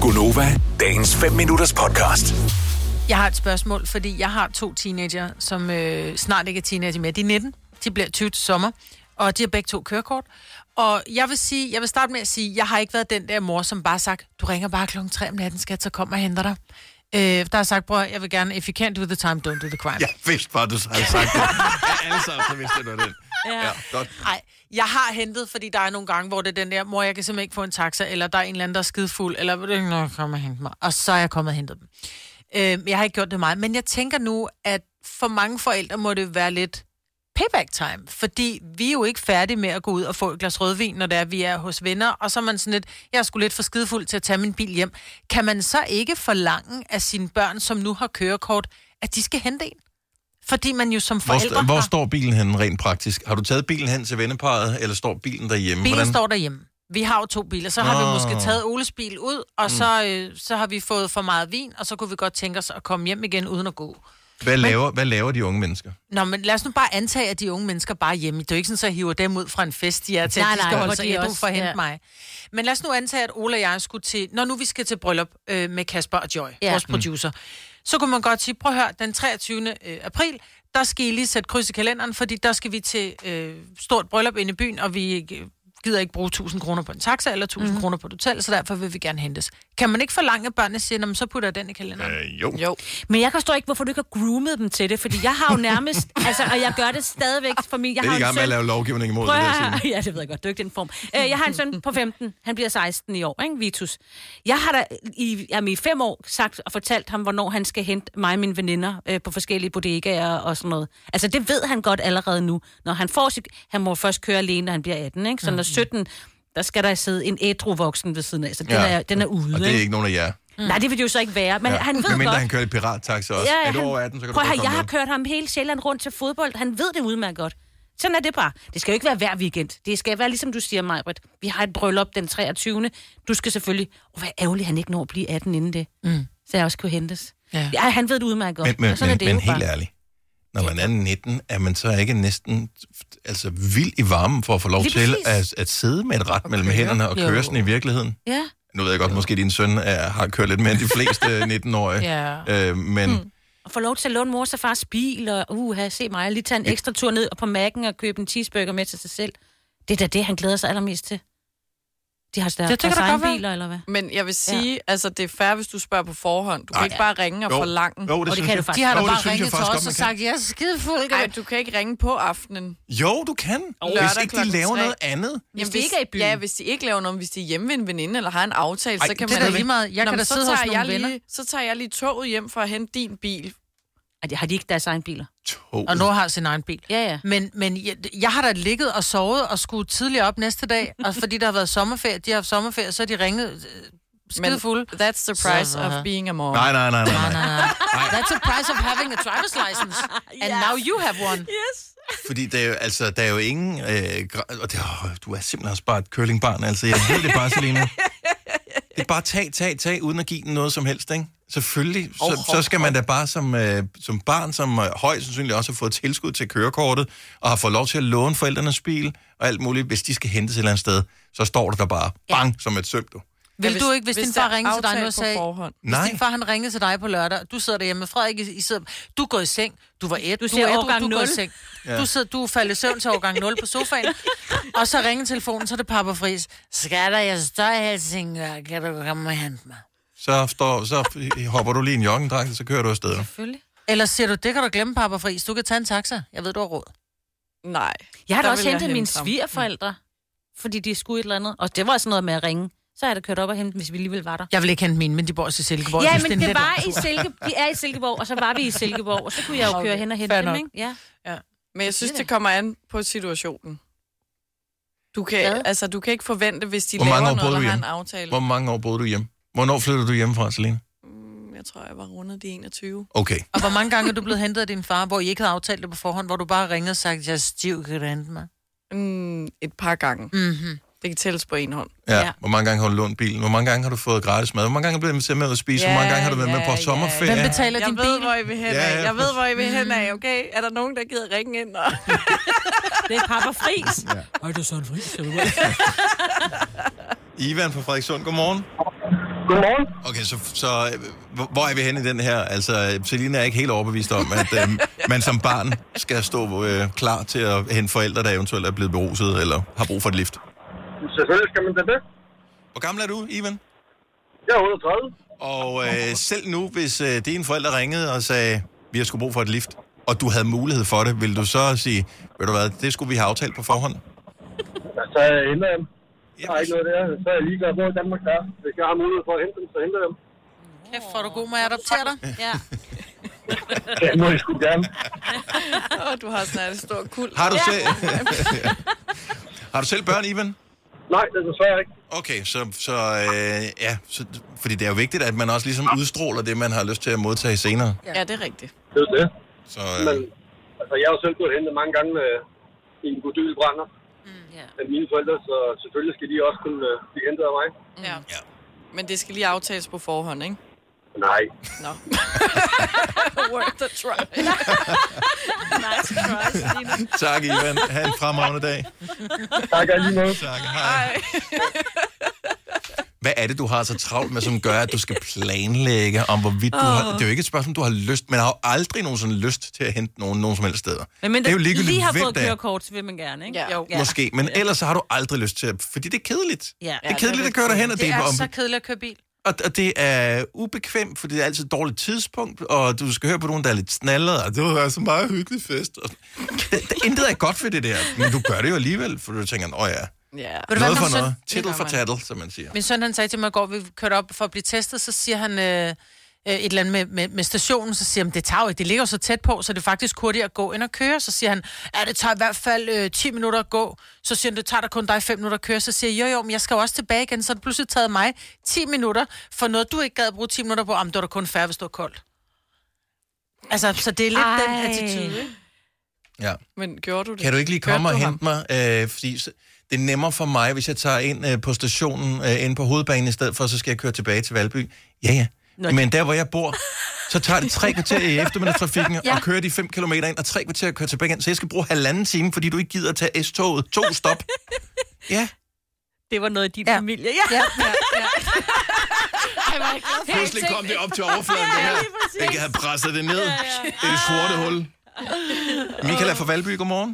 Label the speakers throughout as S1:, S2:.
S1: Gunova, dagens 5 minutters podcast.
S2: Jeg har et spørgsmål, fordi jeg har to teenager, som øh, snart ikke er teenager mere. De er 19, de bliver 20 til sommer, og de har begge to kørekort. Og jeg vil, sige, jeg vil starte med at sige, jeg har ikke været den der mor, som bare har sagt, du ringer bare klokken 3 om natten, skat, så kom og henter dig. Øh, der har jeg sagt, bror, jeg vil gerne, if you can't do the time, don't do the crime.
S3: Jeg vidste bare, du havde sagt det. Ja, alle sammen, så vidste jeg, det var den.
S2: Ja.
S3: godt.
S2: Nej, jeg har hentet, fordi der er nogle gange, hvor det er den der, mor, jeg kan simpelthen ikke få en taxa, eller der er en eller anden, der er skidefuld, eller vil du ikke nok komme og hente mig? Og så er jeg kommet og hentet dem. Øh, men jeg har ikke gjort det meget, men jeg tænker nu, at for mange forældre må det være lidt payback time, fordi vi er jo ikke færdige med at gå ud og få et glas rødvin, når det er, vi er hos venner, og så er man sådan lidt, jeg er sgu lidt for skidefuld til at tage min bil hjem. Kan man så ikke forlange af sine børn, som nu har kørekort, at de skal hente en? Fordi man jo som
S3: Hvor,
S2: forældre
S3: st- hvor
S2: har-
S3: står bilen henne rent praktisk? Har du taget bilen hen til venneparet, eller står bilen derhjemme?
S2: Bilen
S3: Hvordan-
S2: står derhjemme. Vi har jo to biler. Så har
S3: Nå. Mm.
S2: vi måske taget Oles bil ud, og så, øh, så har vi fået for meget vin, og så kunne vi godt tænke os at komme hjem igen uden at gå.
S3: Hvad, laver, hvad laver de unge mennesker?
S2: Nå, men lad os nu bare antage, at de unge mennesker bare er hjemme. Det er jo ikke sådan, så jeg hiver dem ud fra en fest, de er til,
S4: Nej,
S2: at de skal
S4: nej,
S2: holde
S4: hvor
S2: sig
S4: de
S2: ædru
S4: også-
S2: for at hente
S4: ja.
S2: mig. Men lad os nu antage, at Ole og jeg skulle til... Når nu vi skal til bryllup øh, med Kasper og Joy, ja.
S4: Ja.
S2: vores producer, så kunne man godt sige, prøv at høre, den 23. øh, april, der skal I lige sætte kryds i kalenderen, fordi der skal vi til øh, stort bryllup inde i byen, og vi øh, gider ikke bruge 1000 kroner på en taxa eller 1000
S4: Mhm.
S2: mm. kroner på et hotel, så derfor vil vi gerne hentes. Kan man ikke forlange, at børnene siger, "Nå, men så putter jeg den i kalenderen? Øh.
S3: Øh, jo.
S5: Jo.
S4: Men jeg forstår ikke, hvorfor du ikke har groomet dem til det, fordi jeg har jo nærmest, altså, og jeg gør det stadigvæk for min... Jeg
S3: Jeg er
S4: har
S3: i
S4: en
S3: gang med at
S4: søn-
S3: lave lovgivning imod
S4: Prøv
S3: det
S4: at
S3: der,
S4: høre.
S3: Signe.
S4: Ja, det ved jeg godt. Du er ikke den form. Øh, Jeg har en søn på 15. Han bliver 16 i år, ikke? Vitus. Jeg har da i, jamen, i fem år sagt og fortalt ham, hvornår han skal hente mig og mine veninder øh, på forskellige bodegaer og sådan noget. Altså, det ved han godt allerede nu. Når han får sit... Han må først køre alene, når han bliver 18, ikke?
S3: Mhm.
S4: Så når 17, der skal der sidde en ædru voksen ved siden af. Så den,
S3: Ja.
S4: ja. er, den er ude,
S3: Og det er ikke nogen af jer.
S4: Mm. Nej, det vil det jo så ikke være. Men ja. han ved
S3: Men mindre
S4: godt...
S3: han kører lidt pirattaxa også. er du
S4: han-
S3: over 18, så kan du
S4: prøv
S3: godt
S4: at høre,
S3: komme
S4: jeg har
S3: med.
S4: kørt ham hele Sjælland rundt til fodbold. Han ved det udmærket godt. Sådan er det bare. Det skal jo ikke være hver weekend. Det skal være, ligesom du siger, Majbrit. Vi har et bryllup den 23. Du skal selvfølgelig... Åh, oh, hvor ærgerligt, han ikke når at blive 18 inden det. Mm. Så jeg også kunne hentes.
S2: Ja.
S4: Ja. ja han ved det udmærket godt.
S3: Men, men,
S4: Og sådan er
S3: men,
S4: det
S3: men
S4: jo
S3: helt
S4: bare.
S3: ærligt, når man er 19, er man så ikke næsten altså, vild i varmen for at få lov
S4: Lige
S3: til at,
S4: præcis.
S3: at sidde med et ret mellem
S2: køre.
S3: hænderne og køre
S2: Jo.
S3: sådan i virkeligheden?
S4: Ja.
S3: Nu ved jeg godt, måske din søn er, har kørt lidt mere end de fleste 19-årige.
S2: Ja.
S3: Øh, men mm.
S4: Og få lov til at låne mors og fars bil, og uha, se mig, lige tage en ekstra tur ned og på Mac'en og købe en cheeseburger med til sig selv. Det er da det, han glæder sig allermest til. De har
S2: Det
S4: deres
S2: kan da godt
S4: egen
S2: være.
S4: biler, eller hvad?
S5: Men jeg vil sige, ja. altså det er fair, hvis du spørger på forhånd. Du kan ikke bare ringe og
S3: Jo.
S5: forlange.
S3: Jo, det,
S4: Og det
S3: synes
S4: kan
S3: jeg.
S4: du faktisk.
S2: De har da
S3: Jo, det
S2: bare
S3: synes jeg
S2: ringet til
S3: faktisk
S2: os
S3: godt,
S2: og
S3: man kan.
S2: sagt, jeg er skidefuld.
S5: Ej, du kan ikke ringe på aftenen.
S3: Jo, du kan. Hvis
S5: Lørdag
S3: ikke de
S5: klokken
S3: laver
S5: tre.
S3: noget andet.
S4: Hvis de ikke er i byen.
S5: Ja, hvis de ikke laver noget, hvis de er hjemme ved en veninde eller har en aftale,
S3: Ej,
S5: så
S2: Det
S3: det
S5: kan man
S2: er da
S3: Eller-
S2: lige meget. Jeg
S5: Nå,
S2: kan
S5: men
S2: da
S5: så
S2: sidde hos
S5: tager
S2: nogle
S5: jeg
S2: venner.
S5: Lige, så tager jeg lige toget hjem for at hente din bil.
S4: Og de har de ikke deres egen biler?
S3: Tog.
S2: Og Nora har sin egen bil.
S4: Ja, ja.
S2: Men, men jeg, jeg har da ligget og sovet og skulle tidligere op næste dag, og fordi der har været sommerferie, de har haft sommerferie, så er de ringet øh, skide fulde.
S5: that's the price
S2: Så- uh-huh.
S5: of being a mom.
S3: Nej, nej, nej, nej, nej.
S2: That's the price of having a driver's license. And now you have one.
S3: Fordi der er jo, altså, der er jo ingen... Øh, gra- og det, åh, du er simpelthen også bare et curlingbarn, altså. Jeg ved det bare, Selina. Det er bare tag, tag, tag, uden at give den noget som helst, ikke? Selvfølgelig. Så, oh, så skal man da bare som, øh, som barn, som øh, højst sandsynligt også har fået tilskud til kørekortet, og har fået lov til at låne forældrenes bil og alt muligt, hvis de skal hentes et eller andet sted, så står der der bare bang, som et søm, du.
S2: Vil
S5: hvis-
S2: du ikke, hvis,
S5: hvis
S2: din
S5: der
S2: far
S5: er
S2: ringede til dig nu og
S5: aftale på
S2: sagde...
S5: forhånd.
S2: Hvis
S3: Nej.
S2: din far han ringede til dig på lørdag, du sidder derhjemme med Frederik, I I sidder, du er gået i seng, du var et, du,
S4: ser
S2: er ædru,
S4: årgang
S2: du er gået i
S4: nul.
S2: seng. Du, sidder, du er faldet i søvn til årgang 0 på sofaen, og så ringer telefonen, så er det pappa Friis. Skatter, jeg står i Helsingør, kan du komme og hente mig?
S3: Så, står, så hopper du lige i en joggendragt, og så kører du afsted. Du.
S4: Selvfølgelig.
S2: Eller siger du, det kan du glemme, pappa Friis, du kan tage en taxa. Jeg ved, du har råd.
S5: Nej.
S4: Jeg har da
S5: Der
S4: også
S5: vil jeg
S4: hentet mine
S5: hente ham.
S4: svigerforældre, fordi de skulle et eller andet. Og det var sådan noget med at ringe. Så er det kørt op og hentet, dem, hvis vi alligevel var der.
S2: Jeg vil ikke hente mine, men de bor også i Silkeborg. Jeg
S4: Ja,
S2: synes,
S4: men
S2: er en
S4: det
S2: let
S4: var
S2: opgave.
S4: i Silke, de er i Silkeborg, og så var vi i Silkeborg, og så kunne jeg jo
S2: Okay,
S4: køre hen og hente
S2: fair
S4: dem,
S2: nok.
S4: ikke? Ja.
S5: Men jeg synes,
S4: Det er
S5: det kommer an på situationen. Du kan,
S4: Hvad?
S5: altså, du kan ikke forvente, hvis de
S3: Hvor mange år
S5: laver
S3: boede
S5: noget,
S3: du
S5: der har en
S3: hjemme?
S5: aftale.
S3: Hvor mange år boede du hjemme? Hvornår flyttede du hjemmefra, Selina?
S5: Jeg tror, jeg var rundet de 21.
S3: Okay.
S2: Og hvor mange gange er du blevet hentet af din far, hvor I ikke havde aftalt det på forhånd, hvor du bare ringede og sagde, jeg er stiv, kan du hente mig?
S5: Mm, et par gange.
S2: Mm-hmm.
S5: Det kan tælles på en hånd.
S3: Ja. ja.
S4: Ja.
S3: Hvor mange gange har du lånt bilen? Hvor mange gange har du fået gratis mad? Hvor mange gange er du blevet inviteret med ud at spise? Hvor mange gange har du været med på sommerferie?
S2: Hvem betaler
S5: jeg
S2: din
S5: ved,
S2: bil?
S5: hvor I vil hen
S3: Ja, ja,
S5: af. Jeg ved,
S3: præcis.
S5: hvor I vil hen af, okay? Er der nogen, der gider ringe ind? Og...
S4: Det er pappa Fris.
S3: Ivan fra Frederikssund, godmorgen.
S6: Godmorgen.
S3: Okay, så, så øh, hvor- hvor er vi henne i den her? Altså, øh, Selina er ikke helt overbevist om, at øh, man som barn skal stå øh, klar til at hente forældre, der eventuelt er blevet beruset eller har brug for et lift.
S6: Selvfølgelig skal man da det.
S3: Hvor gammel er du, Ivan?
S6: Jeg er 38.
S3: Og øh, selv nu, hvis øh, dine forældre ringede og sagde, vi har sgu brug for et lift, og du havde mulighed for det, ville du så sige, ved du hvad, det skulle vi have aftalt på forhånd?
S6: Ja, så henter jeg dem. Der er ikke noget der. Så er jeg ligeglad, hvor i Danmark der er. Hvis jeg har mulighed for at hente dem, så henter jeg dem.
S2: Kæft, hvor er du god, må jeg adoptere dig?
S4: Ja.
S6: Det må jeg sgu gerne.
S5: Åh, du har sådan en stor kul.
S3: Har du, selv... har du selv børn, Ivan?
S6: Nej, det er desværre ikke.
S3: Okay, så, så øh, ja, så, fordi det er jo vigtigt, at man også ligesom udstråler det, man har lyst til at modtage senere.
S5: Ja, det er rigtigt.
S6: Det er jo det.
S3: Så,
S6: Men
S3: øh,
S6: altså, jeg har jo selv gået hentet mange gange med i en godyl brænder
S4: ja.
S6: af mine forældre, så selvfølgelig skal de også kunne øh, blive hentet af mig.
S2: Mm.
S5: Ja. Men det skal lige aftales på forhånd, ikke?
S6: Nej.
S5: Nå. Worth a try.
S4: Nice Christ, Line.
S3: tak, Ivan. Ha' en fremragende dag.
S6: Tak alligevel.
S3: Tak, hej. Hvad er det, du har så travlt med, som gør, at du skal planlægge om, hvorvidt du har... Det er jo ikke et spørgsmål, du har lyst. Man har jo aldrig nogensinde lyst til at hente nogen nogen som helst steder.
S4: Men mindre,
S3: det er jo ligegyldigt,
S4: lige har
S3: hvem
S4: fået
S3: det er.
S4: kørekort, så vil man gerne, ikke?
S5: Ja. Jo.
S4: ja.
S3: Måske, men ellers så har du aldrig lyst til at... Fordi det er kedeligt.
S4: Ja.
S3: Det er kedeligt at køre derhen, og det,
S2: Det er
S3: om-
S2: så kedeligt at køre bil.
S3: og, og det er ubekvemt, for det er altid et dårligt tidspunkt, og du skal høre på nogen, der er lidt snallet, og det var så meget hyggelig fest. Og... Det, det, intet er godt ved det der, men du gør det jo alligevel, for du tænker, åh ja,
S5: Ja.
S2: Ved du
S3: noget
S2: hvad,
S3: for
S2: min søn-
S3: noget,
S2: Det
S3: tittel
S2: gør
S3: for
S2: man.
S3: tattel, som man siger.
S2: Min søn han sagde til mig i går, vi kørte op for at blive testet, så siger han øh, øh, et eller andet med, med, med stationen, så siger han, det tager jo ikke, det ligger jo så tæt på, så det er faktisk hurtigere at gå end at køre. Så siger han, ja, det tager i hvert fald øh, 10 minutter at gå. Så siger han, det tager da kun dig 5 minutter at køre. Så siger jeg, jo jo, men jeg skal jo også tilbage igen, så har det pludselig taget mig 10 minutter for noget, du ikke gad at bruge 10 minutter på. Jamen, det var da kun færre, hvis det var koldt. Altså, så det er lidt Ej. den
S4: Ej.
S2: attitude, ikke?
S3: Ja.
S5: Men gjorde du det?
S3: Kan du ikke lige komme
S5: Hørte
S3: og
S5: du
S3: hente mig? Øh, fordi s- det er nemmere for mig, hvis jeg tager ind øh, på stationen, øh, ind på hovedbanen i stedet for, så skal jeg køre tilbage til Valby. Ja, ja. Nå. Men der, hvor jeg bor, så tager det tre kvarter i eftermiddagstrafikken ja. og kører de 5 km ind, og tre kvarter at køre tilbage igen. Så jeg skal bruge halvanden time, fordi du ikke gider at tage S-toget. To stop. Ja,
S4: Det var noget i din
S2: Ja.
S4: ja. familie. Ja. ja.
S3: pludselig kom det op til overfladen, det her. Jeg havde presset det ned i det sorte hul. Michaela fra Valby, godmorgen.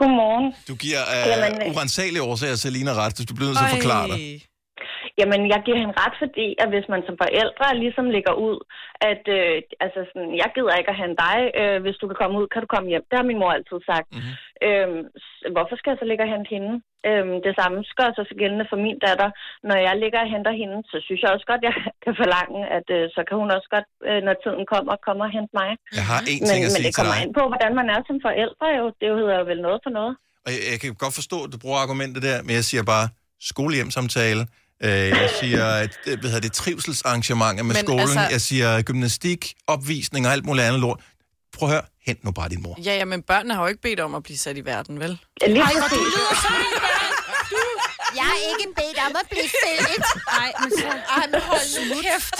S7: Godmorgen.
S3: Du giver
S7: Jamen,
S3: øh,
S7: øh.
S3: urensagelige årsager til Lina ret, hvis du bliver nødt til at forklare dig.
S7: Jamen, jeg giver hende ret, fordi at hvis man som forældre ligesom lægger ud, at øh, altså sådan, jeg gider ikke at have dig, øh, hvis du kan komme ud, kan du komme hjem. Det har min mor altid sagt.
S3: Mhm.
S7: Mm-hmm. Øhm, s- hvorfor skal jeg så ligge og hente hende? Øhm, det samme gør så sig gældende for min datter. Når jeg ligger og henter hende, så synes jeg også godt, jeg kan forlange, at øh, så kan hun også godt, øh, når tiden kommer, komme og hente mig.
S3: Jeg har én
S7: Men,
S3: ting at
S7: men
S3: sige
S7: det
S3: til
S7: kommer
S3: dig.
S7: an på, hvordan man er som forældre jo. Det hedder jo vel noget for noget.
S3: Og jeg, jeg kan godt forstå, at du bruger argumentet der, men jeg siger bare skolehjemsamtale. Øh, jeg siger, at, øh, hvad hedder det, trivselsarrangementer med men
S5: Men
S3: skolen. Altså...
S5: altså-
S3: Jeg siger gymnastik, opvisning og alt muligt andet lort. Prøv at høre, hent nu bare din mor.
S5: Ja, ja, men børnene har jo ikke bedt om at blive sat i verden, vel?
S7: Lige præcis.
S8: Jeg er ikke bedt om at blive set.
S4: Ej, men så...
S5: Ej, men hold nu kæft.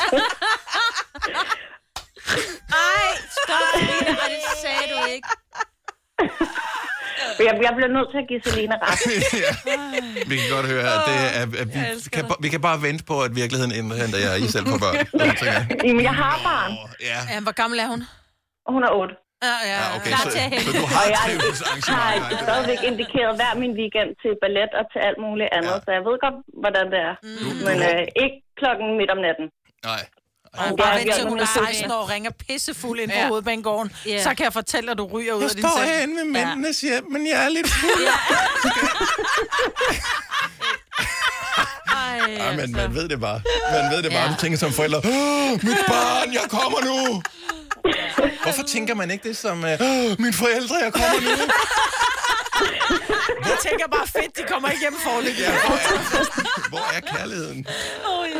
S4: Ej, det sagde du ikke.
S7: Jeg, jeg bliver nødt til at give Selina ret.
S3: Vi kan godt høre, at, det er, at vi, kan, ba- vi kan bare vente på, at virkeligheden indhenter jer I selv for børn. Jeg tænker,
S7: Jamen, jeg har barn.
S3: åh, Ja,
S2: Ja, hvor gammel er hun?
S7: Hun er 8.
S2: Ja, ja.
S3: ja, okay,
S4: Klar
S3: så,
S4: til at hente.
S3: så du har
S7: Og jeg- har
S3: trivselsarrangementer.
S7: altså stadigvæk indikeret hver min weekend til ballet og til alt muligt andet,
S3: Ja.
S7: ja. så jeg ved godt, hvordan det er. Mm. Men øh, ikke klokken midt om natten.
S3: Nej.
S2: Og
S7: Ja,
S2: bare
S7: vi
S2: vent
S7: er
S2: til hun er
S7: nogle søde
S2: 16 år og ringer pissefuld ind på
S5: Ja.
S2: hovedbanegården.
S4: Ja.
S2: Så kan jeg fortælle, at du ryger ud
S3: Jeg
S2: af din
S3: står
S2: seng.
S3: herinde ved mændenes hjem, men jeg er lidt fuld.
S4: Ej,
S3: Ja, Ah, men man ved det bare. Man ved det bare. Ja.
S4: Ja.
S3: Du tænker som forældre, "Åh, mit barn, jeg kommer nu! Hvorfor tænker man ikke det som, øh, "Åh, mine forældre, jeg kommer nu?
S2: Jeg tænker bare, fedt, de kommer ikke hjem forløbig.
S3: Ja, hvor, er, hvor er kærligheden?